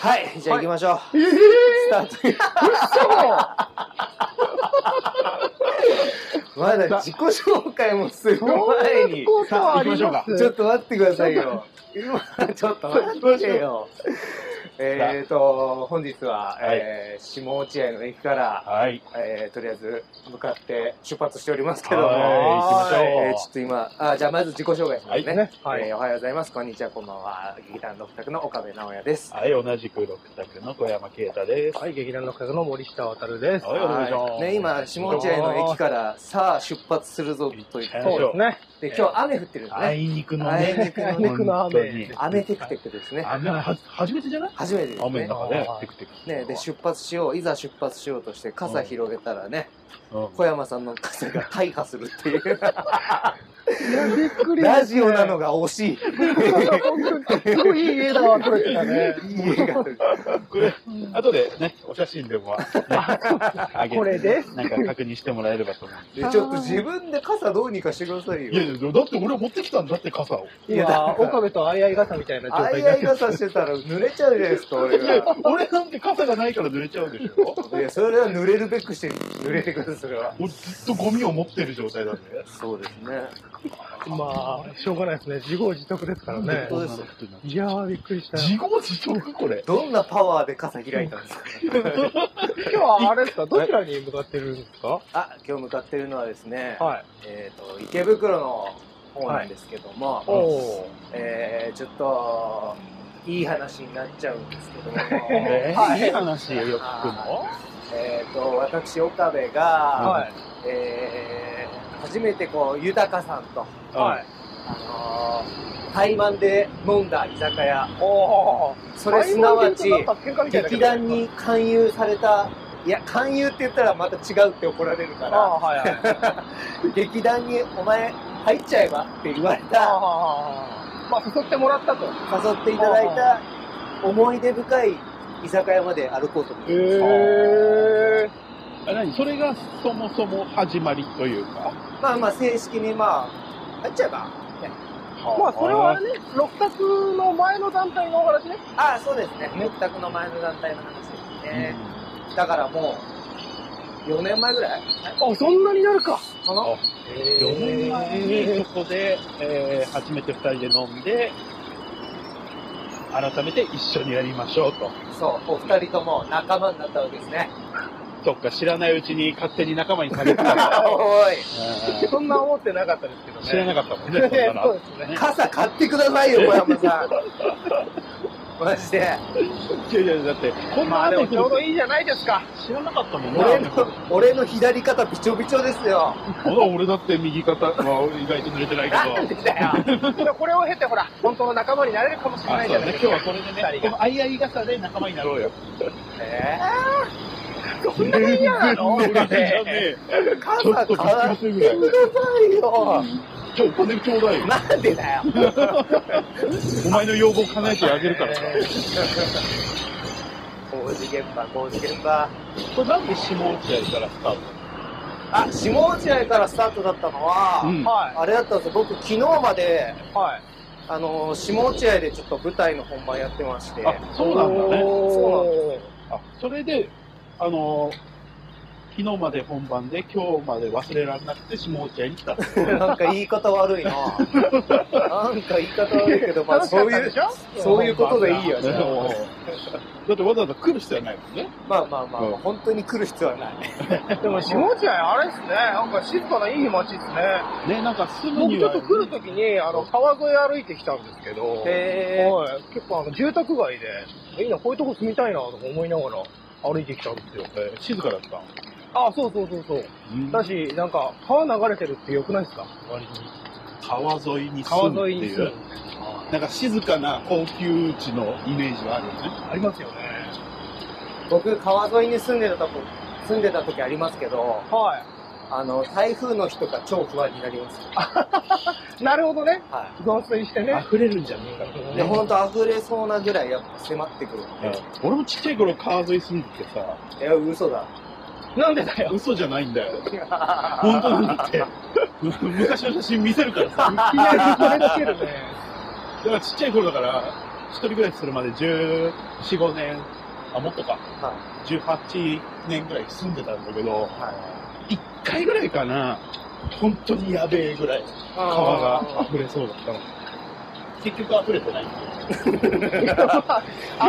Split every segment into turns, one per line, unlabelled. はい、じゃあ行きましょう。
ええ
スタート。まだ自己紹介もする
そんな
前に。
ことはあり
さ
ま
あ行
す。
き
ちょっと待ってくださいよ。今、ちょっと待ってよ。えっと、本日は、
はい
えー下落合の駅から、
はい。
えーとりあえず向かって出発しておりますけども、
はい行きましょう
えーちょっと今、あじゃあまず自己紹介しますね。
はいねはい
えーおはようございます。こんにちは、こんばんは。劇団六卓の岡部直也です。
はい、同じく六択の小山啓太です。
はい、劇団の格の森下渉です。
はいお願いします
ね、今、下落合の駅から、さあ出発するぞと言っ
は
て、
い
そうですね。
で今日雨降ってるんです
あ
ね。
いにくの
あい
ね。
にくの
あいにくの雨
本当に
雨テクテクですね。
雨は、初めてじゃない
初めてです
雨
ね。
の中ね
は、い
テクテク。
ね、で出発しよう、いざ出発しようとして、傘広げたらね、
うん
小山さんの傘が大破するっていう、
いや、びっくりですね
ラジオなの。が惜しい。
本当にすごいいい家だわ、撮れてたね。
いい映画
これ、後でね、お写真 でも、ねあげ
これです。
なんか確認してもらえればと思。
でちょっと自分で傘どうにかしてくださいう
いや
よ。
いや、だって俺持ってきたんだって傘を。
いやだから
今、岡部とあいあい傘みたいな状
あ
態
い
にな
あ
っ
い傘してたら濡れちゃうじゃないですか、俺
いや
が。、
俺なんて傘がないから濡れちゃうでしょ
いや、それは濡れるべくして濡れてくる、それは。
俺ずっとゴミを持ってる状態なんで。
そうですね。
てまあ、しょうがないですね。自業自得ですからね。
当です
いやー、びっくりした。
自業自得 これ。
どんなパワーで傘開いたんですか
今日はあれですかどちらに向かってるんですか
あ、今日向かってるのはですね、
はい。
えっ、と、池袋の方なんですけども、
おお。
えー、ちょっと、いい話になっちゃうんですけ ども、
え
は
ー
い
いい話よく聞くの
えっと、私、岡部が、
はい。
えー、初めてこう、豊さんと、
はい。
あのー、対マンで飲んだ居酒屋、
おお。
それすなわち、
なんか喧嘩みたいな
劇団に勧誘された、いや、勧誘って言ったらまた違うって怒られるか
あ
ら、
あはいはい
劇団にお前入っちゃえばって言われ
ああ
た、
ああまあ誘ってもらったと
誘っていただいた思い出深い居酒屋まで歩こうと思って、
え
あ何それがそもそも始まりというか。
まあまあ正式にまあ、入っちゃえば。
まあそれはあれね六角の前の団体のお話ね
ああ、そうですね。六択の前の団体の話ですね。だからもう、4年前ぐらい
あそんなになるか
かな
あ4年前にそこで、えー初めて2人で飲んで、改めて一緒にやりましょうと。
そう、お二人とも仲間になったわけですね。
そっか、知らないうちに勝手に仲間にされてた から。
おい、
う
そんな思ってなかったですけど
ん
ね
知らなかったもんね、そんな
そう
の。
ですね
傘買ってくださいよ、小山 さん。マジで。
いやいや、だって、こん
ま
な
あで
雨
も
降
ちょうど
る
いいじゃないですか
知らなかったもん
俺
ね
の。、俺の左肩びちょびちょですよ。
まだ俺だって右肩、まあ俺意外と濡れてないけど。
なんでだよ。
これを経てほら本当の仲間になれるかもしれな
あ、
い
そ
じ
う
ゃ
だ
な
ね
い。ですか
今日はこれでね、この相合い傘で仲間になろうよ。
え
そんなに嫌なの
俺じゃねえ。
ー、
ちょっ
傘
とびっく
買
り
っ
す
てく
るぐらい。
ださいよ。
ちょ、お金ちょうだいよ。
なんでだよ。
お前の要望叶えてあげるからさ。
工事現場、工事現場。
これなんで下落合からスタート
あ、下落合からスタートだったのは、
うん
はい
あれだったんですよ。僕、昨日まで、
はい
あのー、下落合でちょっと舞台の本番やってまして、
あ、そうなんだね。
そう
なんです
あ、それで、あのー昨日まで本番で今日まで忘れられなくて下落合に来た。
なんか言い方悪 いな。なんか言い方悪いけど、まあそういう、そういうことでいいよね。
だってわざわざ来る必要はないもんね。
まあまあまあ、
うん
本当に来る必要はない。
でも下落合あれですね、なんか静かないい街ですね。
ね、なんか住む
僕
に
ちょっ。
は
と来るときに、あの、川越歩いてきたんですけど、
へー
はい結構あの、住宅街で、いいな、こういうとこ住みたいなとか思いながら歩いてきたんですよ。
えー静かだった。
あそうそうそうそう。
うん
だし、なんか、川流れてるって良くないですか割に。
川沿いに住む
川
っ
沿い
て
に
い
住む
う。。なんか静かな高級地のイメージはあるよね。
ありますよね。
僕、川沿いに住んでたとこ、住んでた時ありますけど、
は
あの、台風の日とか超不安になります。
い。なるほどね。
は
増水してね。
溢れるんじゃねえかと
い。
か
で、
ね。
ほんと溢れそうなぐらいやっぱ迫ってくる。
うん俺もちっちゃい頃川沿い住んでてさ、
いや、嘘だ。
なんでだよ。
嘘じゃないんだよ。本当なんだって。 昔の写真見せるから
い
さ。
きなりそれつけるね。
だからちっちゃい頃だから、一人暮らしするまで14、15年、あ、もっとか、
は
18年ぐらい住んでたんだけど、
は
一回ぐらいかな、本当にやべえぐらい、
い。
川が溢れそうだったの。結局溢れてない。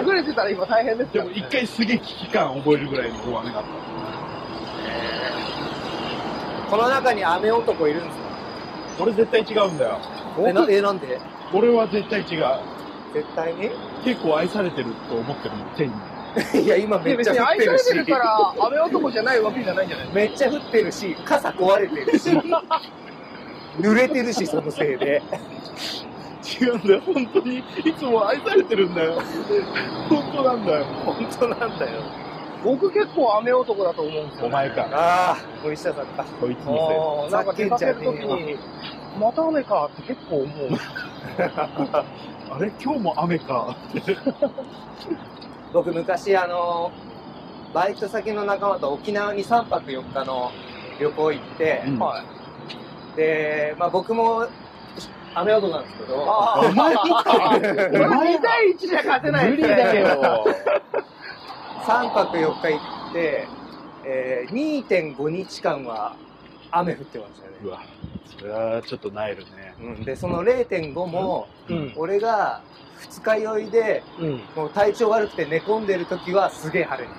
溢れてたら今大変です
で
よ
も。一回すげえ危機感覚えるぐらいの大雨があっ
この中に雨男いるんですか
た。俺絶対違うんだよ。
え、なえなんで
俺は絶対違う。
絶対に
結構愛されてると思ってるもん、天 に。
いや、今めっ
別
ち
に
ゃ降っ
愛
て
さ
る
れ
し。
てるから、雨男じゃないわけじゃないんじゃない
めっちゃ降ってるし、傘壊れてる し、濡れてるし、そのせいで。
違うんだよ、本当に。いつも愛されてるんだよ。本当なんだよ。
本当なんだよ。
僕結構雨男だと思うんですよ、
お前か。
ああ、森下さんか。
こいつの
あーなんか出かけるときに、また雨かって結構 思う。
せい。あれ今日も雨か。
僕昔、あの、バイト先の仲間と沖縄に3泊4日の旅行行って、
うん
はい。
で、まあ僕も、雨男なんですけど、
あ
お前もか。
ー、2対1じゃ勝てない
無理 だよ。
3泊4日行って、えー、2.5日間は雨降ってましたね。
うわ、それはちょっとなえるね。
うんで、その0.5も、
うん。
俺が二日酔いで、
うん。
もう体調悪くて寝込んでる時はすげえ晴れて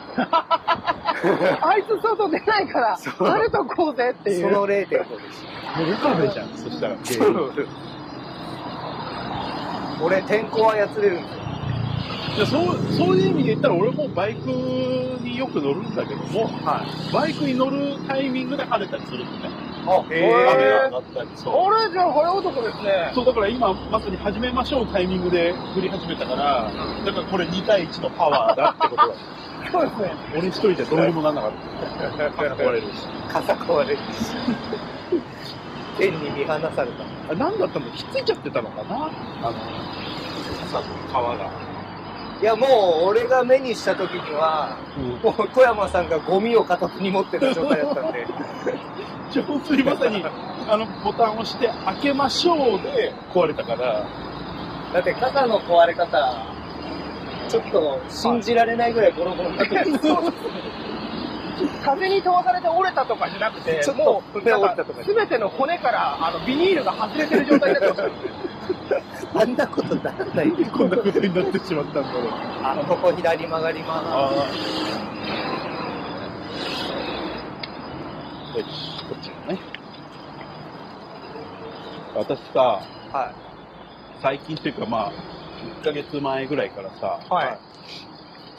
あいつ外出ないから、誰とこうぜって
る。
い。
そうの0.5でし
もう岡部じゃん、そしたら。
た。俺、天候はやつれるんですよ。
いや そう、そういう意味で言ったら俺もバイクによく乗るんだけども、
はい。
バイクに乗るタイミングで晴れたりするのね。
あ、
へー
雨が上がったりそう。
あれじゃあ、晴れ男ですね。
そう、だから今まさに始めましょうタイミングで振り始めたから、だからこれ2対1のパワーだってことだ。
そうですね。
俺一人じゃどうにもなんなかった。肩壊れるし。
傘壊れるし。天に見放された。
あ、なんだったのひっついちゃってたのかなあの、傘の皮が。
いや、もう、俺が目にした時には、もう小山さんがゴミを片手に持ってた状態だったんで、
じゃあ本当にまさに、あの、ボタンを押して、開けましょうで壊れたから、
だって傘の壊れ方、ちょっと信じられないぐらいボロボロになってる。
風に飛ばされて折れたとかじゃなくて、
ちょっと
もう、
ね折
な
れ
んか
たとか、
すべての骨から、あの、ビニールが外れてる状態になってまし
あんなことならない。
こんなことになってしまったんだろう。
あの、ここ左曲がりま
ああ。よし、こっちもね。私さ、
す。は
最近というかまあ、1ヶ月前ぐらいからさ、
た。はい。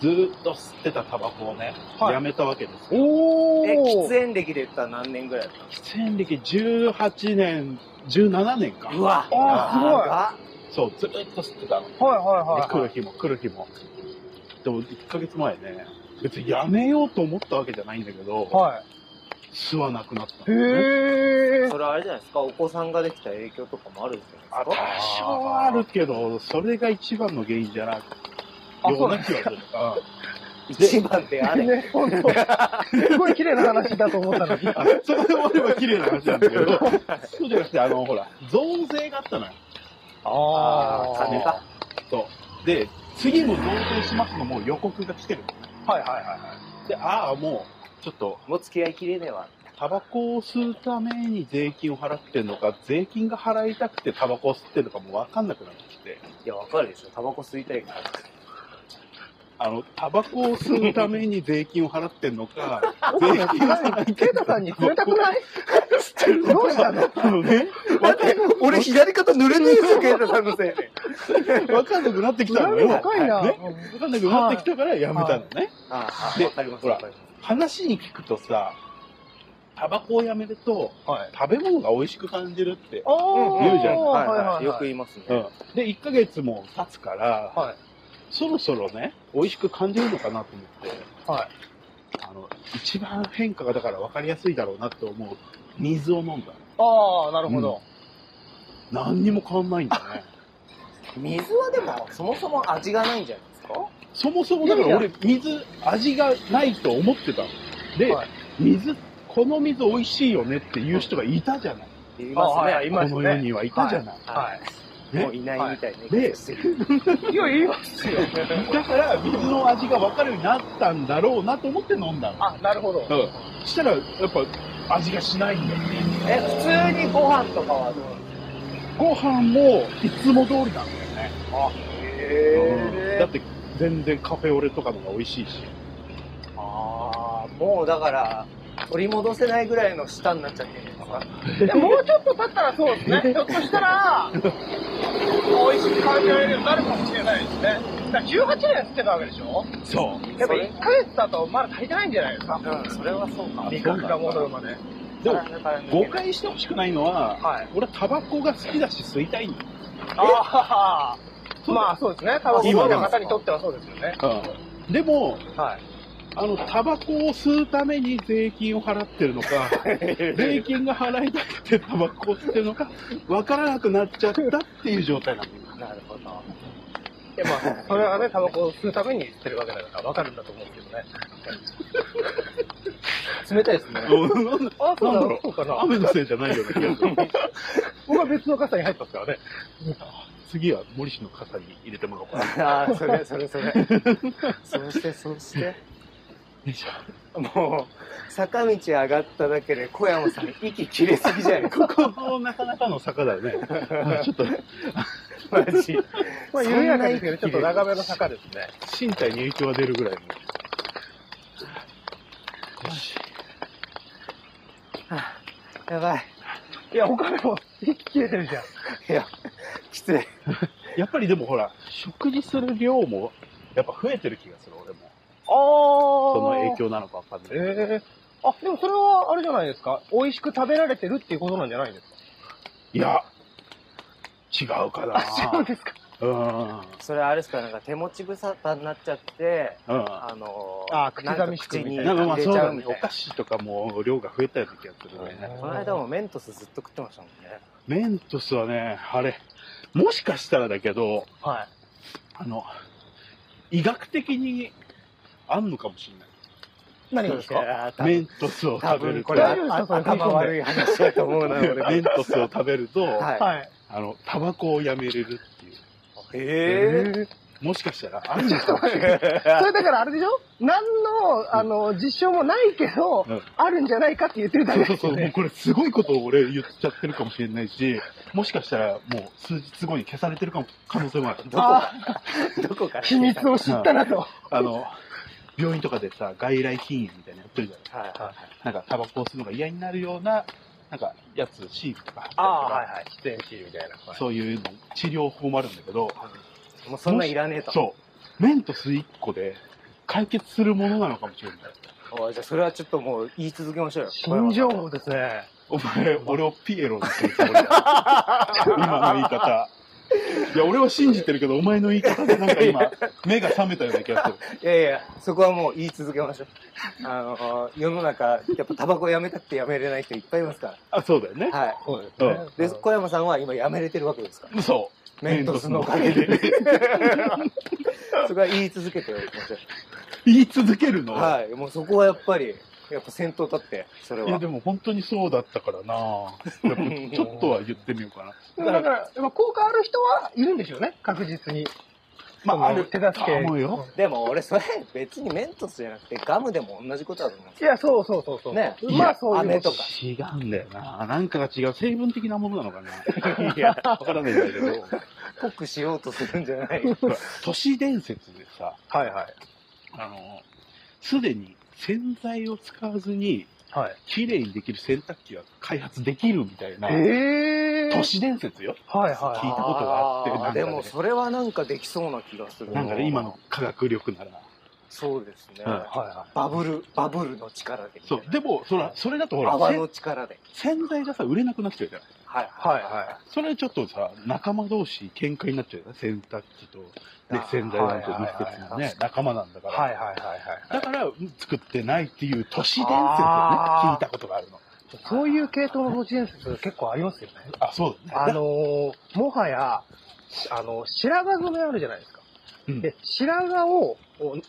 ずーっと吸ってたタバコをね、
はい
やめたわけですよ。
お
い。え、喫
ー。
煙歴で言ったら何年ぐらいだっ
喫煙歴18年、17年か
た。わ
あ
そう、ずーっと吸ってたの。で
はいはい
来
は
る日も来る日も。でも1ヶ月前ね、別にやめようと思ったわけじゃないんだけど、
い。は
吸わなくなったの
い。へー。
それあれじゃないですか、お子さんができた影響とかもあるんじゃな
あ
い
多
ですか
少あるけど、それが一番の原因じゃな
あ
くような気がする。
一番であれ。
ね、本当。すごい綺麗な話だと思ったのに。
うんあそこで終われば綺麗な話なんだけ ど、そうじゃなくて、あの、ほら、増税があったのよ。
あ
ー
あ、金か。
そう。で、次も増税しますのもう予告が来てる。
はいはいは
で、ああ、もう、ちょっと、
もう付き合いきれねえわ。
タバコを吸うために税金を払ってんのか、税金が払いたくてタバコを吸ってるのかもわかんなくなってきて、
いや、わかるでしょ。タバコ吸いたいから。
あの、タバコを吸うために税金を払ってんのか、
いはい。奥さん何ケイタさんに冷たくないどうしたの
あの ね、わか
俺左肩濡れねえぞ、ケイタさんのせいで。
わかんなくなってきたの
恨み
よ。
深いな。
ねわかんなくなってきたからやめたのね。
ああ、
で
わかります、
ほら
わかりま
話に聞くとさ、タバコをやめると
はい。
食べ物が美味しく感じるって。
ああ。
言うじゃん
す。
はい
は
はい。
はいい。よく言います
う
ね。
ん。で、1ヶ月も経つから、
はい
そろそろね、美味しく感じるのかなと思って、
はい
あの、一番変化がだから分かりやすいだろうなと思う水を飲んだ。
ああ、なるほど。
何にも変わんないんだね。
水はでも、そもそも味がないんじゃないですか
そもそもだから俺、水、味がないと思ってたの。で、
はい
水、この水美味しいよねっていう人がいたじゃない。
言いますね。
あはいいますね
この世にはいたじゃない。
はい。
もういないみたいな
え
言い方してる。
いや、言いますよ。
だから、水の味が分かるようになったんだろうなと思って飲んだの。
あ、なるほど。
うん。したら、やっぱ、味がしないんだよね。
え、普通にご飯とかはどう
ご飯も、いつも通りなんだよね。
へ
だって、全然カフェオレとかのが美味しいし。
ああ、もうだから、取り戻せないぐらいの舌になっちゃってるんですか。
え。でももうちょっと経ったらそうですね。ひょっとしたら、美味しく感じられるようになるかもしれないですね。だから18年吸ってたわけでしょ
そう。
やっぱ1ヶ月だとまだ足りてないんじゃないです
う
か
ん、それはそうか。
味覚が戻るまで。
でも、
体から抜けない
誤解してほしくないのは、
はい。
俺はタバコが好きだし吸いたいんだよ。
ああ、まあそうですね。タバコの方にとってはそうですよね。
うん。でも、
はい。
あの、タバコを吸うために税金を払ってるのか、税金が払いたくてタバコを吸ってるのか、わからなくなっちゃったっていう状態なんだよ。
なるほど。
でまあ、それはね、タバコを吸うために吸ってるわけだから分かるんだと思うんですけどね。
冷たいですね。
うん
あ
そうなの
そうかな。
雨のせいじゃないような気がする。
僕は別の傘に入ってますからね。
次は森氏の傘に入れてもらおうかな。
ああ、それそれそれ。そうして、そうして。もう、坂道上がっただけで小山さん息切れすぎじゃない
ここもなかなかの坂だよね。ちょっと
マジ。
まあ、緩やかですけど、ちょっと長めの坂ですね。
身体に影響が出るぐらいの。よし
やばい。
いや、他の息切れてるじゃん。
いや、きつい。
やっぱりでもほら、食事する量もやっぱ増えてる気がする、俺も。
ああ
その影。響なのかわかんない。
ええあ、でもそれはあれじゃないですか。美味しく食べられてるっていうことなんじゃないですか。
いや、違うかな。
ですか。
うん。
それあれですか、なんか手持ち無沙汰になっちゃって、
うん。
あの
あー口寂しく
なんか口に
みたい
なんか
入
まあ
れ
そう
ちゃ
だ
うみ
ね。
た
お
いな
菓。子とかも量が増えたような気がするね。
この間もメントスずっと食ってましたもんね。
メントスはね、あれ、もしかしたらだけど、
はい。
あの、医学的にあんのかもしれない。
何がですか
あー多分
メントスを
多
食べる
分
と、
これ
メ
あ
大丈夫ですかそれ
頭悪い話だと思うな、 俺。
ントスを食べると、
は
はい。
あの、タバコをやめれるっていう。
い。
え
え
え
もしかしたらあんのかもしれない。
それだからあれでしょ何の、あの、実証もないけど、
うん
あるんじゃないかって言ってるだ
そ
け
う
で
そう
す
そう、
よ
もう
ね。
これすごいことを俺言っちゃってるかもしれないし、もしかしたらもう数日後に消されてるかも、可能性もある。
どこか、どこから
秘密を知ったなと。
あの、病院とかでさ、外来禁煙みたいなのやってるじゃ
はいはいはい。
ないなんか、タバコを吸うのが嫌になるような、なんか、やつ、シールとか貼ったりとか、
はい。喫煙シールみたいな。
そういうの、治療法もあるんだけど、
もうそんなんいらねえと。
そう、メントス1個で解決するものなのかもしれない。
おいじゃあそれはちょっともう言い続けましょうよ。
新情報ですね。
お前、俺をピエロにするつもりだ。今の言い方。いや、俺は信じてるけど、お前の言い方でなん か今、目が覚めたような気がする。
いやいや、そこはもう言い続けましょう。あの、世の中、やっぱタバコやめたってやめれない人いっぱいいますか
あ、そうだよね。
ら。はい。
そうです
ね
で、小山さんは今やめれてるわけですから。
そ
メントスのおかげで。そこは言い続けておきましょ
う。 言い続けるの。
う。はい。もうそこはやっぱり、やっぱ先頭立って、それ
いや
は
で。も本当にそうだったからなやっぱちょっとは言ってみようか な。
だから、やっぱ効果ある人はいるんでしょうね、確実に。
まあ、あ
その
る
手助け。
思うよ。
でも俺、それ別にメントスじゃなくてガムでも同じことだと思うんです
いや、そうそうそうそう。
ね
まあ、そういう
飴
こと
とか
違うんだよななんかが違う。成分的なものなのかな
よ。いや、
わからないんだけ ど。
濃くしようとするんじゃない。
ほら都市伝説でさ、
はいはい。
あの、すでに洗剤を使わずに、
はい。
綺麗にできる洗濯機は開発できるみたいな、
え
都市伝説よ。
はい
聞い
は
たことがあって
ー
なんか
で
ね
もそれはなんかできそうな気がする。
なんかね、今の。科学力なら。
そうですね。
うん
い。はいは
バブル、バブルの力で。
そう。でも、そら、それだとほら、
泡
せん
の力で。
洗剤がさ、売れなくなっちゃうじゃん。
はい。
い。はいはい。
それちょっとさ、仲間同士喧嘩になっちゃうよね。洗濯機と、ね
あ、ー
洗剤なんて
はいはい
密
はい
接なね、仲間なんだから。
はいはいはいはい。
だから、作ってないっていう都市伝説をね、
あー
聞いたことがあるの。
そういう系統の都市伝説結構ありますよね。
あ、そうだね。
あのーもはや、あの、白髪染めあるじゃないですか。
うん
で、白髪を、こう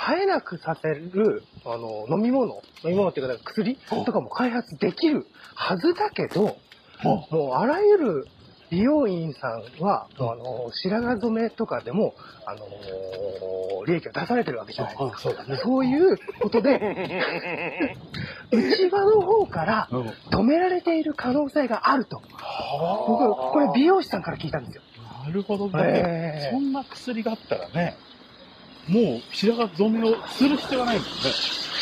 生えなくさせる、あの、飲み物、飲み物っていうか、なんか薬
お
とかも開発できるはずだけど、
も
もうあらゆる美容院さんは、もうあの、白髪染めとかでも、あのー利益を出されてるわけじゃないですか。
そうだね。
そういうことで、 内輪の方から
うん。
止められている可能性があると。僕、これ美容師さんから聞いたんですよ。
なるほどね。
え
そんな薬があったらね、もう白髪染めをする必要がないもんね。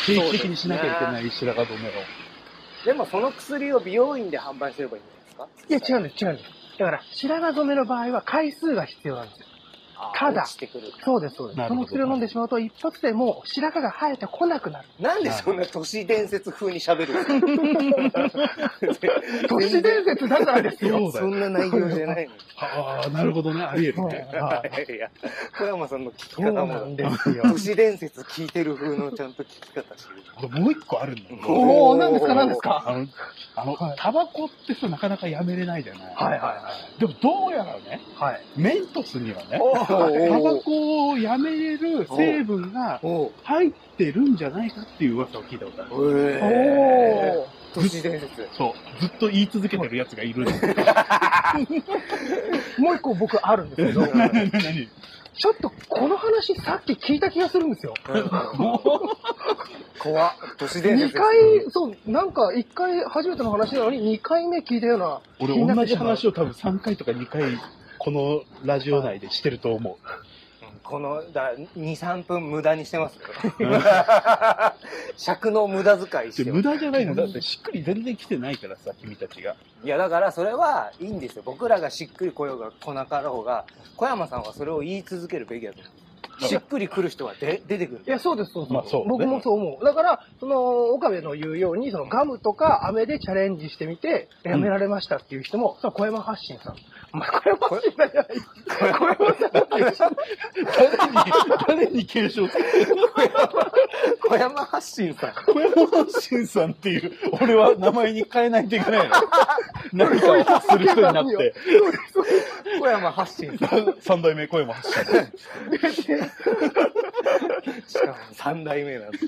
定期的にしなきゃいけない白髪染めを。
でもその薬を美容院で販売すればいいんじゃない
いや、
ですか
違うんです、違うんです。だから、白髪染めの場合は回数が必要なんですよ。
あ
ただ
落ちてくる
そうです、そうです。
な
そ
るほ
の
ど
薬を飲んでしまうと、一発でもう白髪が生えてこなくなる。
なんでそんな都市伝説風に喋るんですか
都市伝説だからですよ。
そう
そ
だよ。
んな内容じゃないのに。
ああ、なるほどね。ありえる
はい
ね。
はい
いやいや、小山さんの聞き
そう
方
なん
も、
ですよ。
都市伝説聞いてる風のちゃんと聞き方してる。
これもう一個あるんだよ。
おー、何ですか、何ですか。
あの、あ
は
の、
い
タバコってさ、なかなかやめれないじゃない。
はいは
でもどうやらね、
いはい。はい。
メントスにはね、
お
タバ
ー
コをやめれる成分が
お
入ってるんじゃないかっていう噂を聞いたことある。
ーえ
お
ー都
ー。
市伝説。
そう。ずっと言い続けてるやつがいるんだけど。
もう一個僕あるんですけど、
何何
ちょっとこの話さっき聞いた気がするんですよ。
怖っ都市伝
2
説。
回、そう、なんか1回初めての話なのに2回目聞いたような。
俺同じ話を多分3回とか2回、このラジオ内でしてると思
うんこの、だ、2、3分無駄にしてますよ。
う。
尺の無駄遣いして
で
ま
無
す。
駄じゃないの。だってしっくり全然来てないからさ、君たちが。
いや、だからそれはいいんですよ。僕らがしっくり来ようが来なかろうが、小山さんはそれを言い続けるべきだと思う。しっくり来る人はで出てくる
い。や、そうです、そうです。
まあそうね
僕もそう思う。だから、その、岡部の言うように、そのガムとか飴でチャレンジしてみて、やめられましたっていう人も、その小山発信さん。まあ、小山発信さんじゃない。小山さん。
誰に、 誰に継承する
小山発信さん。
小山本心さんっていう、俺は名前に変えないといけ ないの。何かをする人になって、
小山発信さん。
三代目小山発信。
しかも3代目なんです。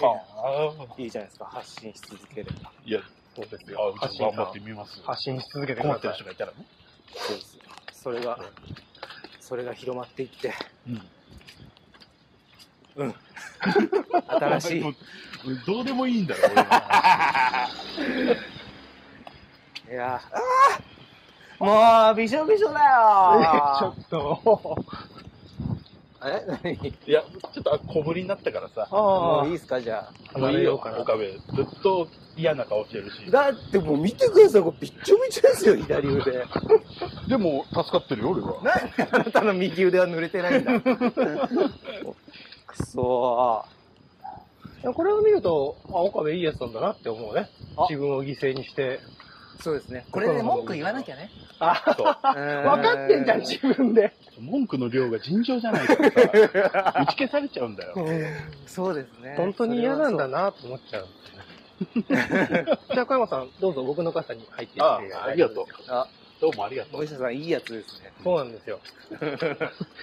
はあ。
いいじゃないですか。発信し続ければ。
いや、そうですよ。あうちも頑張ってみますよ。
発信し続けてく
困
だ
って
さ
る
い
人。がいたらね。
そうですよ。それが、それが広まっていって、
うん。
新 しい
も。う。どうでもいいんだよ、俺 は。
いやーあーもう、びし ょびしょだよ
えちょっと。
え何
いや、ちょっと小ぶりになったからさ。
も
あ
ういいっすかじゃ
あ、
もういいよ、
な
岡部。ずっと嫌な顔してるし
あ。。だってもう見てください。これびっちょびちょですよ、左腕。
でも、助かってるよ、俺は。
なんであなたの右腕は濡れてないん だ。くそ
これを見ると、あ、岡部いいやつなんだなって思うね
あ。
自分を犠牲にして。
ー。そうですね。
これで文句言わなき
ゃね。
あ、
そう。
分
分
かってんじゃん、自分で。
文句の量が尋常じゃないからさ、 打ち消されちゃうんだよ。
そうですね。
本当に嫌なんだなと思っちゃう。 じゃあ、小山さん、どうぞ僕の傘に入ってい
あ
って。
あ、ありがとう。
あ、
どうもありがと
お医者さんいいやつですね。
そうなんですよ。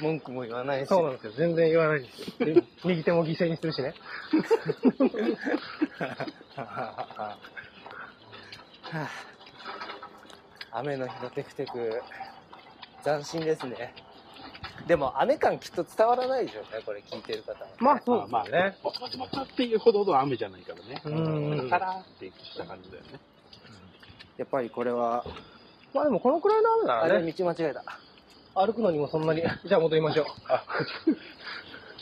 文句も言わないし。
そうなんですよ。全然言わないんですよ。右手も犠牲にするしね。
はあ雨の日のテクテク、斬新ですね。でも雨感きっと伝わらないでしょうね、これ聞いてる方は。
まあ、
う。
そうですよね。
ぼちぼちぼちっていうほどの雨じゃないからね。
うん
さらーってした感じだよね。
やっぱりこれは、
まあでも、このくらいの雨
あ
ならね、
れ道間違えた。
歩くのにもそんなに。じゃあ、戻りましょう。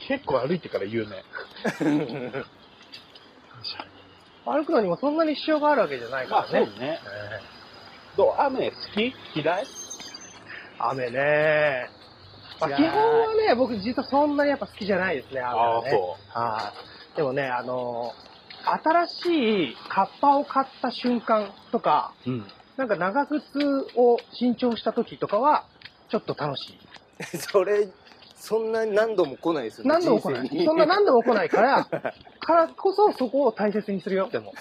結構歩いてから言うね。
歩くのにもそんなに支障があるわけじゃない
まあ
か
そう
らね。
ね。どう雨好き嫌い
雨ね。まあ、
嫌い
基本はね、僕実はそんなにやっぱ好きじゃないですね、雨はね。
そ
はい。でもね、あのー新しいカッパを買った瞬間とか、
う。うん。
なんか長靴を新調した時とかは、ちょっと楽しい。
それ、そんなに何度も来ないですよね。
何度も来ない
人生。に
そんな何度も来ない から、からこそそこを大切にするよ、で も。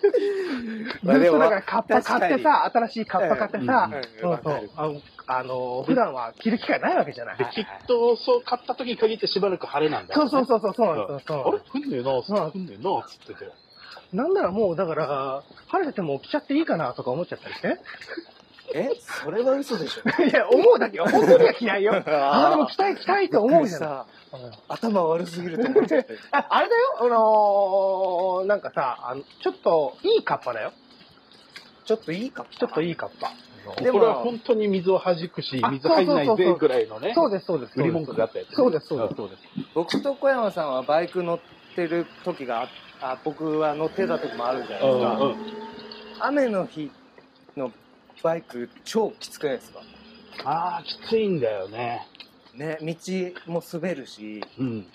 ず
まあ
っ
でも
とだからカッパ買ってさ、新しいカッパ買ってさ、
うん
そうそ
わか
う
る。
あの、あのー普段は着る機会ないわけじゃない
で、。きっと、そう、買った時に限ってしばらく晴れなんだ
そ
よ
う
ね。
そう
う。
そうそう、そうなんですよ。そうなん
あ
で
れ降んねえな、降んねえな、つってて。
すなんならもう、だから、晴れてても着ちゃっていいかなとか思っちゃったりして。
えそれは嘘でしょ。
いや、思うだけよ。本当には着ないよ。 ああ、でも着
た
たい着たいと思うじゃん。
さ、頭悪すぎると思っちゃって。
ああれだよ、あのーなんかさ、あのちょっといいカッパだよ。
ちょっといいか。
ちょっといいカッパ。
で
これは
も、
本当に水を弾くし
あ、
水入んない
そうそうそうそ
ぜ
う
ぐらいのね、
そうです、そうです。
売り文句があったやつね。
そうですそうです
んそうです。
僕と小山さんはバイク乗ってる時があ、あ僕は乗ってた時もあるじゃないですか。
うんうん
雨の日のバイク超きつくないですか
ああ、きついんだよね。
ね道も滑るし
うん。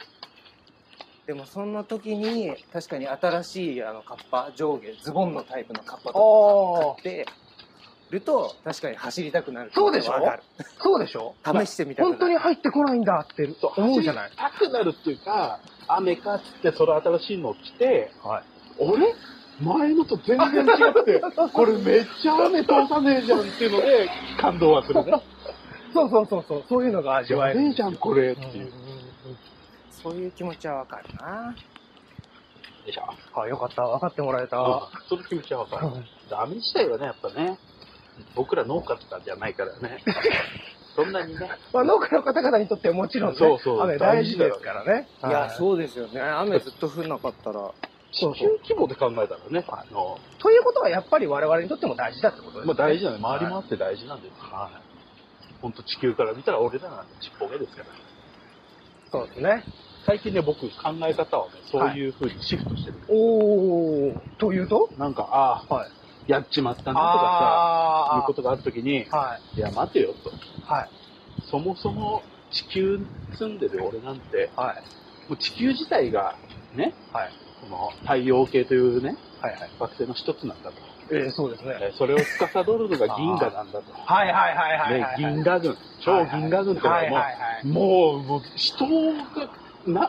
でもそんな時に確かに新しいあのカッパ上下ズボンのタイプのカッパ
お
とか買ってると確かに走りたくなる
そうでしょ
わかる
そうでしょ
試してみたくな
本
る
当に入ってこないんだって
そう、
思
走
う
り
じゃない。
たくなるっていうか、雨かっつって、それ新しいの着て、
はい
俺前のと全然違 って、これめっちゃ雨通さねえじゃんっていうので、感動はするね。
そうそうそうそう、そういうのが 味わえ
やべ
る
え。じゃん、これって
うんうん
いうう。
ん
そういう気持ちはわかるな
でしょ。
うんあ、よかった。分かってもらえた。
あその気持ちはわかる。雨自体はね、やっぱね、僕ら農家とかじゃないから ね。そんなにね。
まあ、農家の方々にとってはもちろんね、
そうそう
雨大事ですからね。
いや
う。
そうですよね雨ずっと降んなかったら
地球規模で考えたらね、あの、
ということは、やっぱり我々にとっても大事だってことです
まあ
ね。
大事なの、回り回って大事なんですよ。はい。ほんと地球から見たら俺らなんてちっぽけですから。
そうですね。
最近ね、僕考え方はね、そういう風にシフトしてる。
おー、というと
なんか、ああ、
はい
やっちまったなとかさ、いう
あ
ことがあるときに、
ー。はい。
いや、待てよと。
はい。
そもそも地球住んでる俺なんて、
はい。
もう地球自体が、ね、
はい
この太陽系というね、
はいはい。
惑星の一つなんだと。
えー、そうですね。
えーそれを司るのが銀河なんだと。
はいはいはいはい
ね
はい。、
銀河軍、超銀河軍っての
はいはい
は
はい。
もう、もう、もう、人が、な、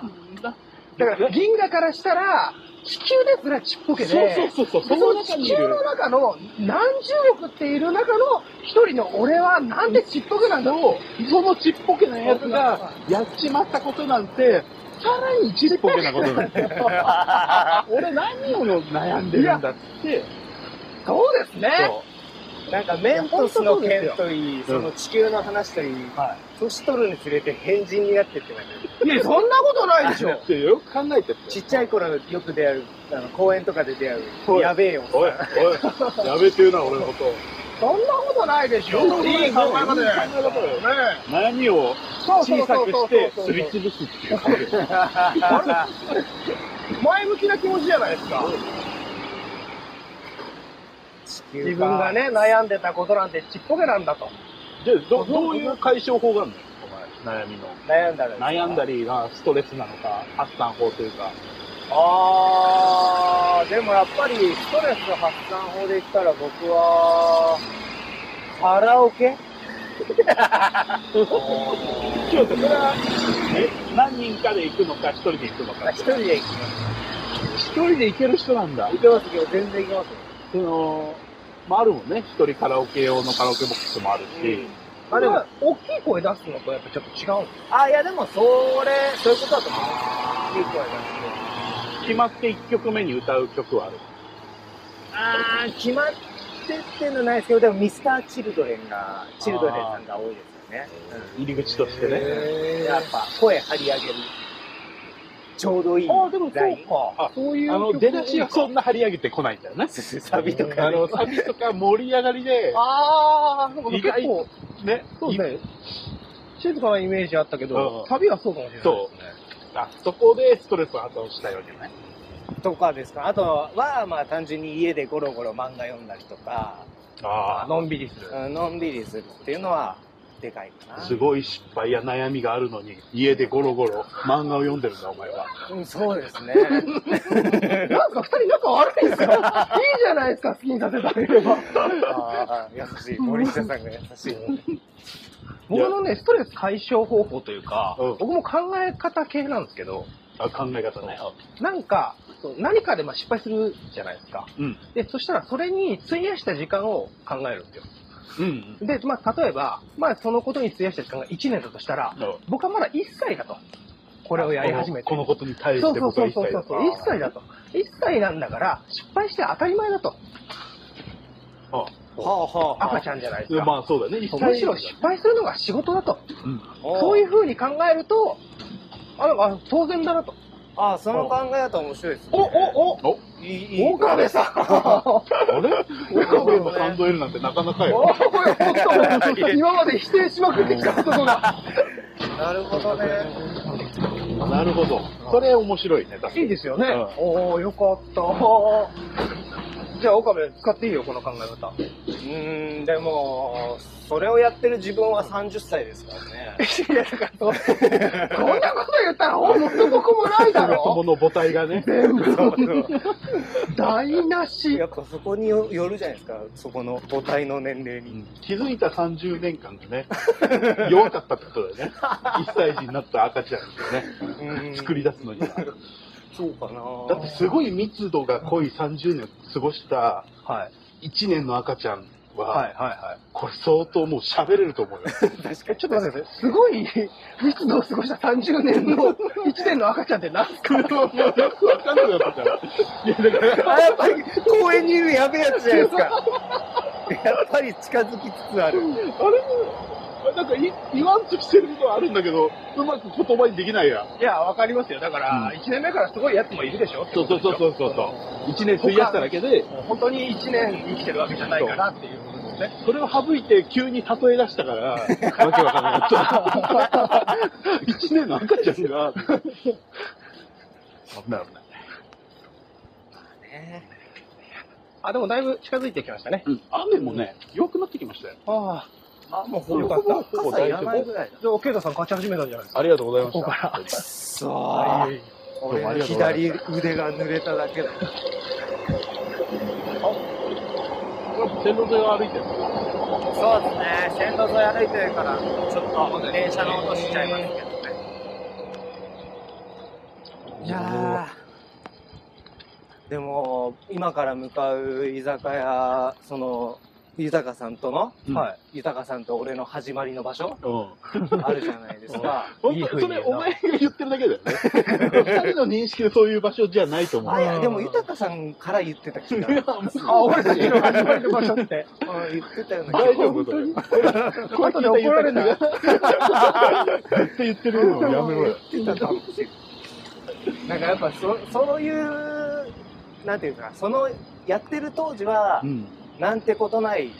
な、
だから、銀河からしたら、地球ですらちっぽけで、
そうそうそう、そ
で
の
その
中
地
にい
球
る
の。中の何十億っている中の一人の俺はなんでちっぽけなんだろう。
のそのちっぽけなやつがやっちまったことなんて、さらにちっぽけなこ となんだよ。俺何を悩んでるんだっつって、
そうですね。
そ
なんかメントスの件といい
当
そ
そ
う
ですよ
の地球の話といい
は
年取るにつれて変人になってってない
いや、そんなことないでし
う。
ょ。
ってよく考えてって。
ちっちゃい頃よく出会うあの公園とかで出会
そう
うやべえよ
おい、おい、やめて言うな、俺のことを。
そんなことないでしょ。
そう
いい考え方じゃないですか。
い
ね
い考え
え
悩みを
そうそ
小
うそ
さ
う
く
そう
して
そう
すりつぶすっていう感じ。
前向きな気持ちじゃないですか。
自
自分がね、悩んでたことなんてちっぽけなんだと。
で、ど、どういう解消法があるのお前、悩みの。
悩んだら
悩んだりがストレスなのか、発散法というか。
あー、でもやっぱりストレス発散法で言ったら僕は、カラオケ
今日それは、え、何人かで行くのか、一人で行くのか。
一人で行きま
一人で行ける人なんだ
す。。行けますけど、全然行けますよ。
その、まあ、あるもんね。一人カラオケ用のカラオケボックスもあるし。
まあ
あ、
で
で
も
も、、
大きい声出すのとやっぱちょっと違うんです
あ、いやでも、それ、そういうことだと思う。いい声
決まって一曲目に歌う曲はある。
あー、決まってっていうのはないですけど、でもミスターチルドレンが、チルドレンさんが多いですよね。
入り口として
うん
ね。
やっぱ、声張り上げる。ちょうどいいライン。
ああ、でもそうか
あ。
そういう
あ
曲
の、出だしがそんな張り上げてこないんだよね。
サビとかね
あの、サビとか盛り上がりで、
ああ、そうか
意外
結構、
ね。
そうですね。静かなイメージあったけ
う
ど
ん、
サビはそうかもしれない
そうあそこでストレス発散したいわけね。
とかですか。あとは、まあ単純に家でゴロゴロ漫画読んだりとか、
あ
のんびりする。
うんのんびりするっていうのは、でかいか
あ。
な。
すごい失敗や悩みがあるのに、家でゴロゴロ漫画を読んでるんだ、お前は。
うん、そうですね。
なんか二人仲悪いんですよ。いいじゃないですか、好きにさせてあげれば。
ああ優しい。森下さんが優しい。
僕のね、ストレス解消方法というか、
うん
僕も考え方系なんですけど、
あ考え方ね。
なんか、そう何かでまあ失敗するじゃないですか。
うん。
で、そしたらそれに費やした時間を考えるんですよ。
うん。
で、まあ、例えば、まあ、そのことに費やした時間が1年だとしたら、
そう
僕はまだ1歳だと。こ
こ
れをやり始めて。
このことに対
そ
し
う
て
そう
僕
そ
は
う
一
そう
切
そ
だ
うそう。1歳だと。 1歳なんだから、失敗して当たり前だと。
あ
はあはあはあ。。
赤ちゃんじゃないですか。
まあそうだね。一
むしろ失敗するのが仕事だと。そういううふうに考えると、あなんか当然だなと。
あ、その考え方面白いですね。
お、お、お
お
いい、いい。
岡部 さんお
あれ岡部の感動得るなんてなかなかよ。
おお お今まで否定しまくってきたことが。
なるほどね。
なるほど。それ面白いね、確か
いい
に。
ですよね。
う
おおよかった。じゃあ岡部使っていいよ、この考え方。
うーん、でも、それをやってる自分は30歳ですからね。
いや、だからそう、こんなこと言ったら、お元も子もないだ
そ
ろ
この母体がね。
全部、
そう
台無
そう
し。
やっぱそこによよるじゃないですか、そこの母体の年齢
う
に。
ん気づいた30年間がね、弱かったってことだよね。1歳児になった赤ちゃんをね、
うん
作り出すのには。
そうかな
だってすごい密度が濃い30年過ごした
はい。
1年の赤ちゃんは、
い、は
これ相当もう喋れると 思うよ。
確
い。ちょっと待ってください。すごい密度を過ごした30年の、1年 の赤ちゃんって何すか
よくわかんなかったから。いや、だから、
あ、やっぱり公園にいるやべえやつじゃないですか。やっぱり近づきつつある。
あれなんかい言わんとしてることはあるんだけど、うまく言葉にできないや。
いや、わかりますよ。だから、1年目からすごいやつもいるでしょ
そうそうそうそうそうそう。1年費やしただけで、
本当に1年生きてるわけじゃないかなっていうことですね。
それを省いて急に例え出した から、わけわかんなか った。1年の赤ちゃんが、危ない危ない。
あ、でもだいぶ近づいてきましたね。
うん、雨もね、弱くなってきましたよ。
ああ。
あ、もう
ほん
だ
と
傘いらないぐらいだ。
じゃあ、ケイタさん勝ち始めたんじゃないですか
ありがとうございま
ここか
した。
ら。
そう
あ
あ。俺の左腕が濡れただけだ。
これ線路沿いを歩いてるの
そうですね。線路沿い歩いてるから、ちょっと電車の音しちゃいますけどね。いやーでも、今から向かう居酒屋、その、豊さんとの、
うん
はい。
豊さんと俺の始まりの場所
うん。
あるじゃないですか。
本
いい
当
ふう
に
に
そ
言
れ
うな
お前が言ってるだけだよね。二人の認識でそういう場所じゃないと 思う。
あ、いや、でも、豊さんから言ってた気が。うん
あ、俺たち の始まりの場所って。
言ってたような気
大
が。
丈夫だよ。
後で怒られない。
絶対言ってるのやめろよ。
言ってたかもしれない。なんかやっぱそ、そういう、なんていうか、その、やってる当時は
う、ん。
なんてことない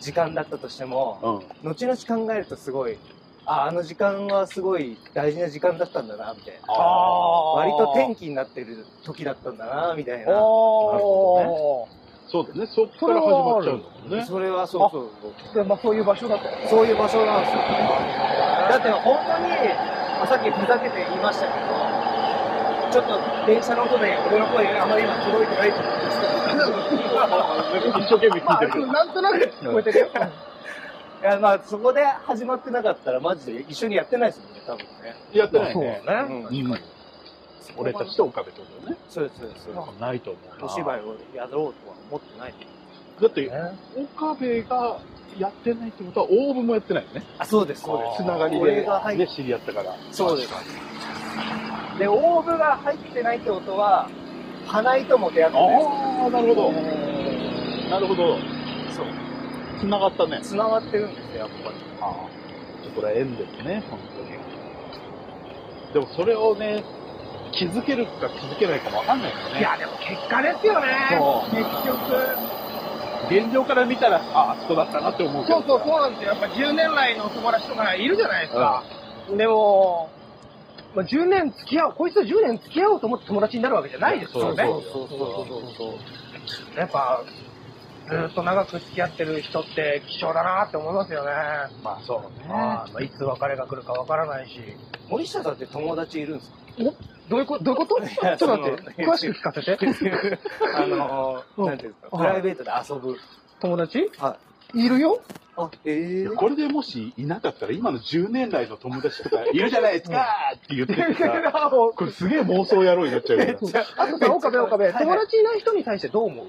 時間だったとしても、
うん。
後々考えるとすごい、あ、あの時間はすごい大事な時間だったんだな、みたいな。
あ
割と天気になってる時だったんだな、みたいな。
お
そうだね。そこから始まっちゃうんだもんね。
それはそうそうそう。
ー。で、まあ、そういう場所だと。
そういう場所なんですよ。だって本当に、まあ、さっきふざけて言いましたけど、ちょっと電車の音で俺の声あまり今届いてないと思うんですけ
一生懸命
ま
聞い
あ、
てるけど。
なんとなく聞こえてるよ。
ど、いやまあそこで始まってなかったらマジで一緒にやってないですもんね、多分ね。
やってないね。
だね。
うん
うん俺たちと岡部ってことだよね。
そうです、そうです。そうです
ないと思う。
お芝居をやろうとは思ってない。
だって、岡部がやってないってことは、大部もやってないよね。
あ、そうです、そうです。
つながり
俺が入
で、
って、
ね、知り合ったから。
そうです。で、大部が入ってないってことは、花井とも出会ってないです
ああ、なるほど。なるほど。
そう。
つながったね。
繋がってるんですよ、やっぱり。
ああ。これは縁ですね、本当に。でもそれをね、気づけるか気づけないかもわかんないよね。
いや、でも結果ですよね。
そう
結局。
現状から見たら、ああ、そこだったなって思うけ
そ
ど
うそ
さ。
うそうなんですよ。やっぱ10年来のお友達とかいるじゃないですか。
でも、まあ、10年付き合おう、こいつと10年付き合おうと思って友達になるわけじゃないですよね。
そう
そうそうそう。
やっぱ、ずっと長く付き合ってる人って貴重だなって思いますよね。
まあそうね。
あーまあ、いつ別れが来るかわからないし。
森下さんって友達いるんですか
どういうことどういうことちょ
や
っと待って、
その
詳しく聞かせて。
あのー、
うん
なんていうんですか、
はい
プライベートで遊ぶ。
友達
はい
るよ
あ、ええ
これでもしいなかったら、今の10年来の友達とかいるじゃないですかって言ってるから、これすげえ妄想野郎になっちゃうから。
あとさ、岡部岡部、友達いない人に対してどう思う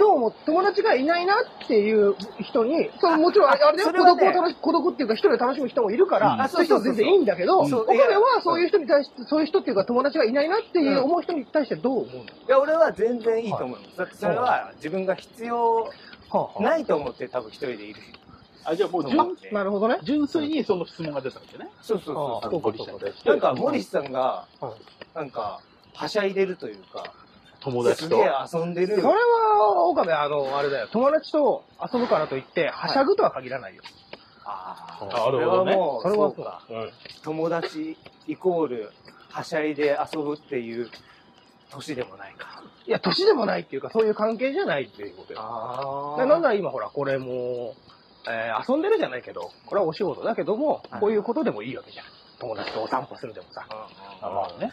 どうも友達がいないなっていう人に、そのもちろんあれあれだよ、
それ
孤
は
独
ね
を楽し孤独っていうか一人で楽しむ人もいるか
うん
ら、
あ
そういう人は全然いいんだけど、
そうそうそうそう
岡部
いや
はそういう人に対して、そういう人っていうか友達がいないなっていううん思う人に対してどう思うの
いや、俺は全然いいと思います。だってそれは自分が必要ないと思って多分一人でいる。
あ、じゃあもう
そ
純
う
なるほどね。
純粋にその質問が出たわけね。
そうそう
あ
そう
あ
そ
そうう。
森下に対して
なんか、森さんが
は、
なんか、はしゃいでるというか、
友達
す
と
げえ。遊んで
そ
る
れ。は、岡部、あの、あれだよ。友達と遊ぶからといって、はしゃぐとは限らないよ。
ああ、
な
それ
る
は
ほどね
もう、
それ
そう
は
か。
うん
友達イコール、はしゃいで遊ぶっていう年でもないか。
いや、年でもないっていうか、そういう関係じゃないっていうことよ。
あ
ななんなら今ほら、これも、えー遊んでるじゃないけど、これはお仕事だけども
はい、
こういうことでもいいわけじゃん。友達とお散歩するでもさ。
まあね。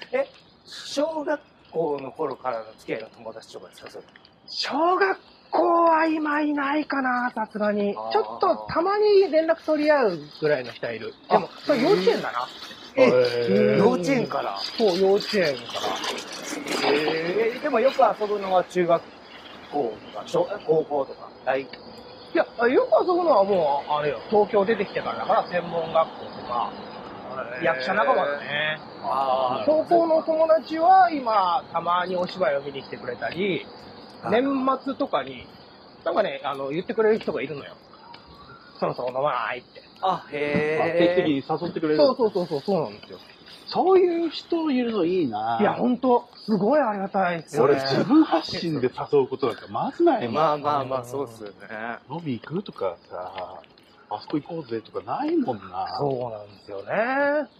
小学校の頃からの付き合いの友達とかですか、それ。
小学校は今いないかな、さすがに。ち
あー
ょっとたまに連絡取り合うぐらいの人はいる。でも、それ幼稚園だな。
え
へー
幼稚園から。
そう、幼稚園から。
えーでもよく遊ぶのは中学校とか、小高校とか、大学。
いや、よく遊ぶのはもう、あれよ、東京出てきてからだから、専門学校とか、役者仲間だね。
あ
高校の友達は今、たまにお芝居を見に来てくれたり、年末とかに、なんかね、あの、言ってくれる人がいるのよ。そろそろ飲まないって。
あ、
まあ定期的
へえ。
に誘ってくれる。
そうそうそうそう、そうなんですよ。
そういう人いるのいいない
や、ほんと、すごいありがたいですよ
俺、
ね。
自分発信で誘うことなんかまずないもん。
まあまあまあ、そうっすよね。
飲み行くとかさ、あそこ行こうぜとかないもんな。
そうなんですよね。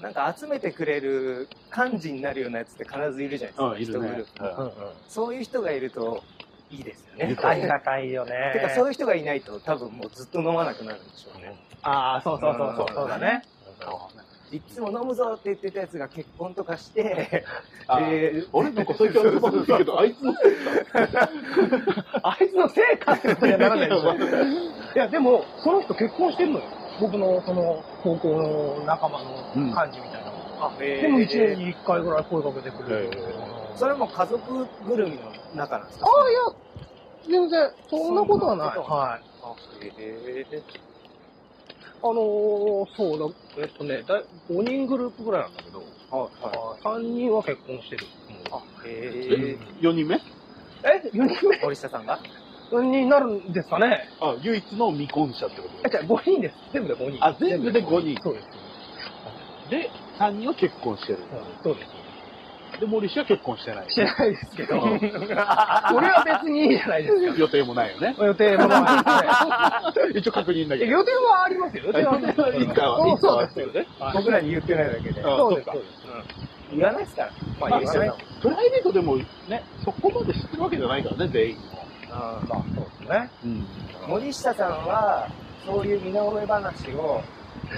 なんか集めてくれる感じになるようなやつって必ずいるじゃ
う、
なんい
い
ですか、
る
一グ
ね
ルー。プ。そういう人がいるといいですよ
い
ね
る。と
ありがたいよね。
てか、そういう人がいないと多分もうずっと飲まなくなるんでしょうね。
ああ、そうそうそうそう、そうだね。
いつも飲むぞって言ってたやつが結婚とかして、
あ
で
俺なんか最近遊ばれてるけど、あいつのせい
あいつのせいかってことにはならないでしょ。いや、でも、その人結婚してんのよ。僕の、その、高校の仲間の感じみたいなの。
あ、
でも
へ
1年に1回ぐらい声かけてくれる。
へ
それも家族ぐるみの中なんですか
ああ、いや、全然、そんなことはない。
そんなこと
はい。
あへえ。
あのー、そうだ、えっとね、だい5人グループぐらいなんだけど、
はいはい。
3人は結婚してる。
あ、へ
え ?4 人目
え ?4 人
え。森下さんが
目になるんですかね
あ、唯一の未婚者ってこ
え、
と
じゃあ5人です。全部で5人。
あ、全部で5人。
そうです。
で、3人は結婚してる。
そうです。
で、森氏は結婚してない。
してないです けど、
うん
俺は別にいいじゃないですか。
予定もない よね。
予定もない
一応確認だ
ですね。い
けど。
や予定はありますよ。予定はあります
い
そうそ
いかいういか
ですよね。
僕らに言ってないだけで
あ
そう
そ
で
う
す
か
そう。です。
言わないですから。ま
ま
あ、
あ
言わないもん。
プライベートでもね、そこまで知ってるわけじゃないからね、全員も。
あ
まあそうですね。
うん。
ー森下さんは、そういう身の上話を、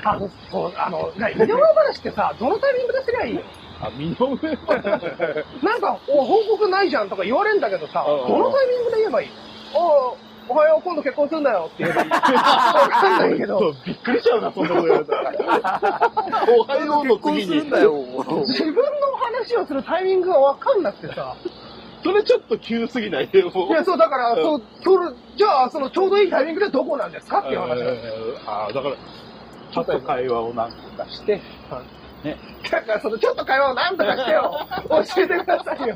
あの、そう、あの、な、電話話ってさ、どのタイミングですりゃいいよ。
あ、身の上は。
なんか、お、報告ないじゃんとか言われんだけどさ、
うんうん
どのタイミングで言えばいいのおうおはよう、今度結婚するんだよ って言えばいい。 わかんないけ
そ
ど、
う、びっくりしちゃうな、そんなこと言われたら。おはようの次に。
よ。
自分の話をするタイミングがわかんなくてさ、
それちょっと急すぎないでも
いや、そう、だから、
うん
そう、それ、じゃあ、その、ちょうどいいタイミングでどこなんですかっていう話なんですよ
ああ、だから、ちょっと会話を何個か して、
だから、その、ちょっと会話をなんとかして よ。教えてくださいよ。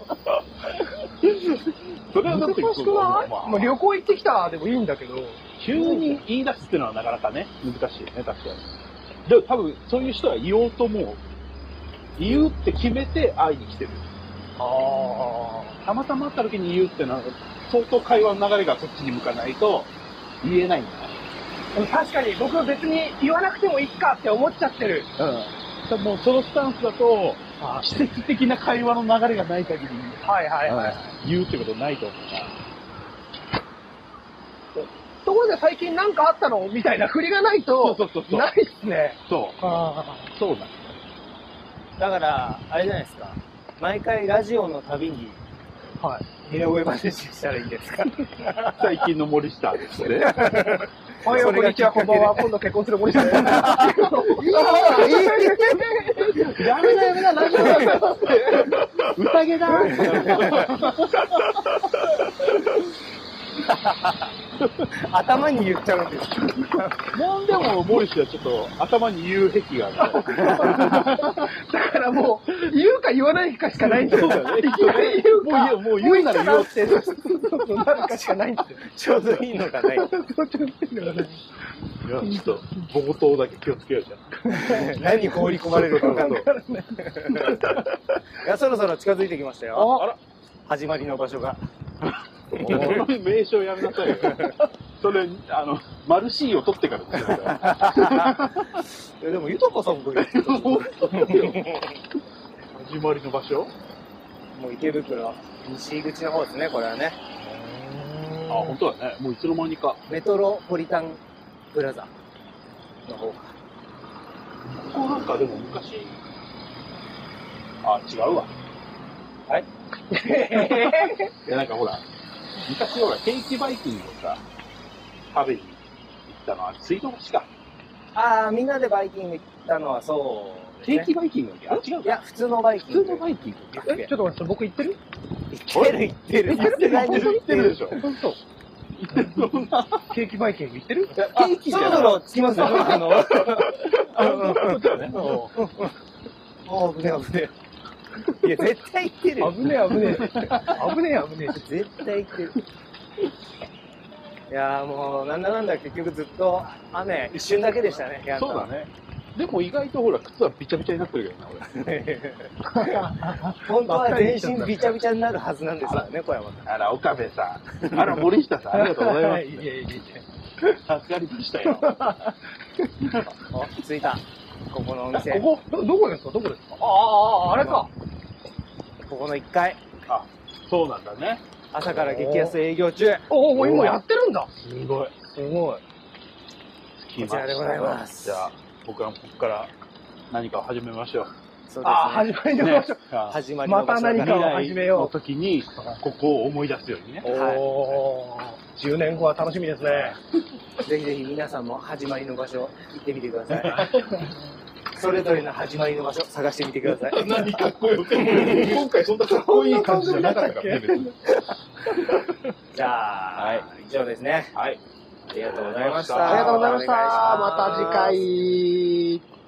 それはだ
難
っ、
してく
そ
ない
まあ
もう旅行行ってきたでもいいんだけど。
急に言い出すっていうのはなかなかね、難しいよね、確かに。でも多分、そういう人は言おうともう、言うって決めて会いに来てる。
あ
たまたま会った時に言うってのは、相当会話の流れがそっちに向かないと、言えないんだ
あ。確かに、僕は別に言わなくてもいいかって思っちゃってる。
ね。うん。多分、そのスタンスだと、奇跡的な会話の流れがない限り、
はいはいはい。
言うってことないと思うな。
ところで最近なんかあったのみたいな振りがないと、
そうそうそうそう
ないっすね。
そ
あ
う、そうなん
だから、あれじゃないですか。毎回ラジオのたびに、
あ。はい。
身の上話したらいいんですか
最近の森下です ね。
おはよう、こんにちは、こんばんは。今度結婚する森 下です。 いい
やめなやめな、ラジオだ宴だ
頭に言っちゃうんです
もんでも、モリシはちょっと頭に言う癖があるから。
だからもう、言うか言わないかしかないんですよ。
そうだね
いきなり言うか、
もう言うもう言うなら言お う
って、そうそうそうなるかしかないんですよ。
ちょうどいいのがない。
いや、ちょっと、冒頭だけ気をつけようじゃん。
何放り込まれるか分かんない。いや、そろそろ近づいてきましたよ。
あら、
始まりの場所が。
その名称やめなさいよ。それ、あの、マルシーを取ってからですよだから
いやでも、豊さんも言ってた
始まりの場所
もう池袋、西口の方ですね、これはね。
あ、本当だね。もういつの間にか。
メトロポリタンプラザの方か。
ここなんかでも昔、あ、違うわ。
はい
いや、なんかほら、昔ほら、ケーキバイキングをさ、食べに行ったのは、水道橋か。
ああ、みんなでバイキング行ったのはそうです
ケ
ね、
ーキバイキングだっけあ、違う
い
か。
や、普通のバイキン
普
グ。
通のバイキングか。
行
え、ちょっと待って、僕言ってる
ってる行ってる。行ってない
行ってるでしょ。
本 当ケーキバイキング言ってる
ケーキじ
そ
ゃ
ろ
な
そ
い
ろ着きますよ、あの。
そうだね。
あ危ねえ危ねえ。いや、絶対行ってるよ。
危ねえ危ねえ。危ねえ危ね
絶対行ってる。いやーもう、なんだなんだ結局ずっと雨、一瞬だけでしたね、やん
そうだ
だ
ね。でも意外とほら、靴はびちゃびちゃになってるけどな、俺。
ね。本当は全身びちゃびちゃになるはずなんですよね、小山さん。
あら、岡部さ ん。あら、森下さん。ありがとうございま
え。
す。
いやいやいや
助かりましたよ。
お、着いた。ここのお店。
ここ、ど、どこですかどこですかああ、あれか。
ここの1階。
あ、そうなんだね。
朝から激安営業中。
おお、もう今やってるんだ。
すごい。
すごい。
来ま
こちらでございます
じゃあ、僕らもここから何かを始めましょう。
そうで
ああ、
すね。
始まりの場所。
あ
始まりの場所だ
また
か
何
ら
か。
未来の時に、ここを思い出すようにね。
はい
おー、10年後は楽しみですね。
ぜひぜひ皆さんも始まりの場所行ってみてください。 それぞれの始まりの場所探してみてください。
何かっこよく。今回そんなかっこいい感じじゃなかったからね。別に
じゃあ、
はい
以上ですね。
はい。
ありがとうございまし
あ
た。
ありがとうございました。
お願いし
また次回。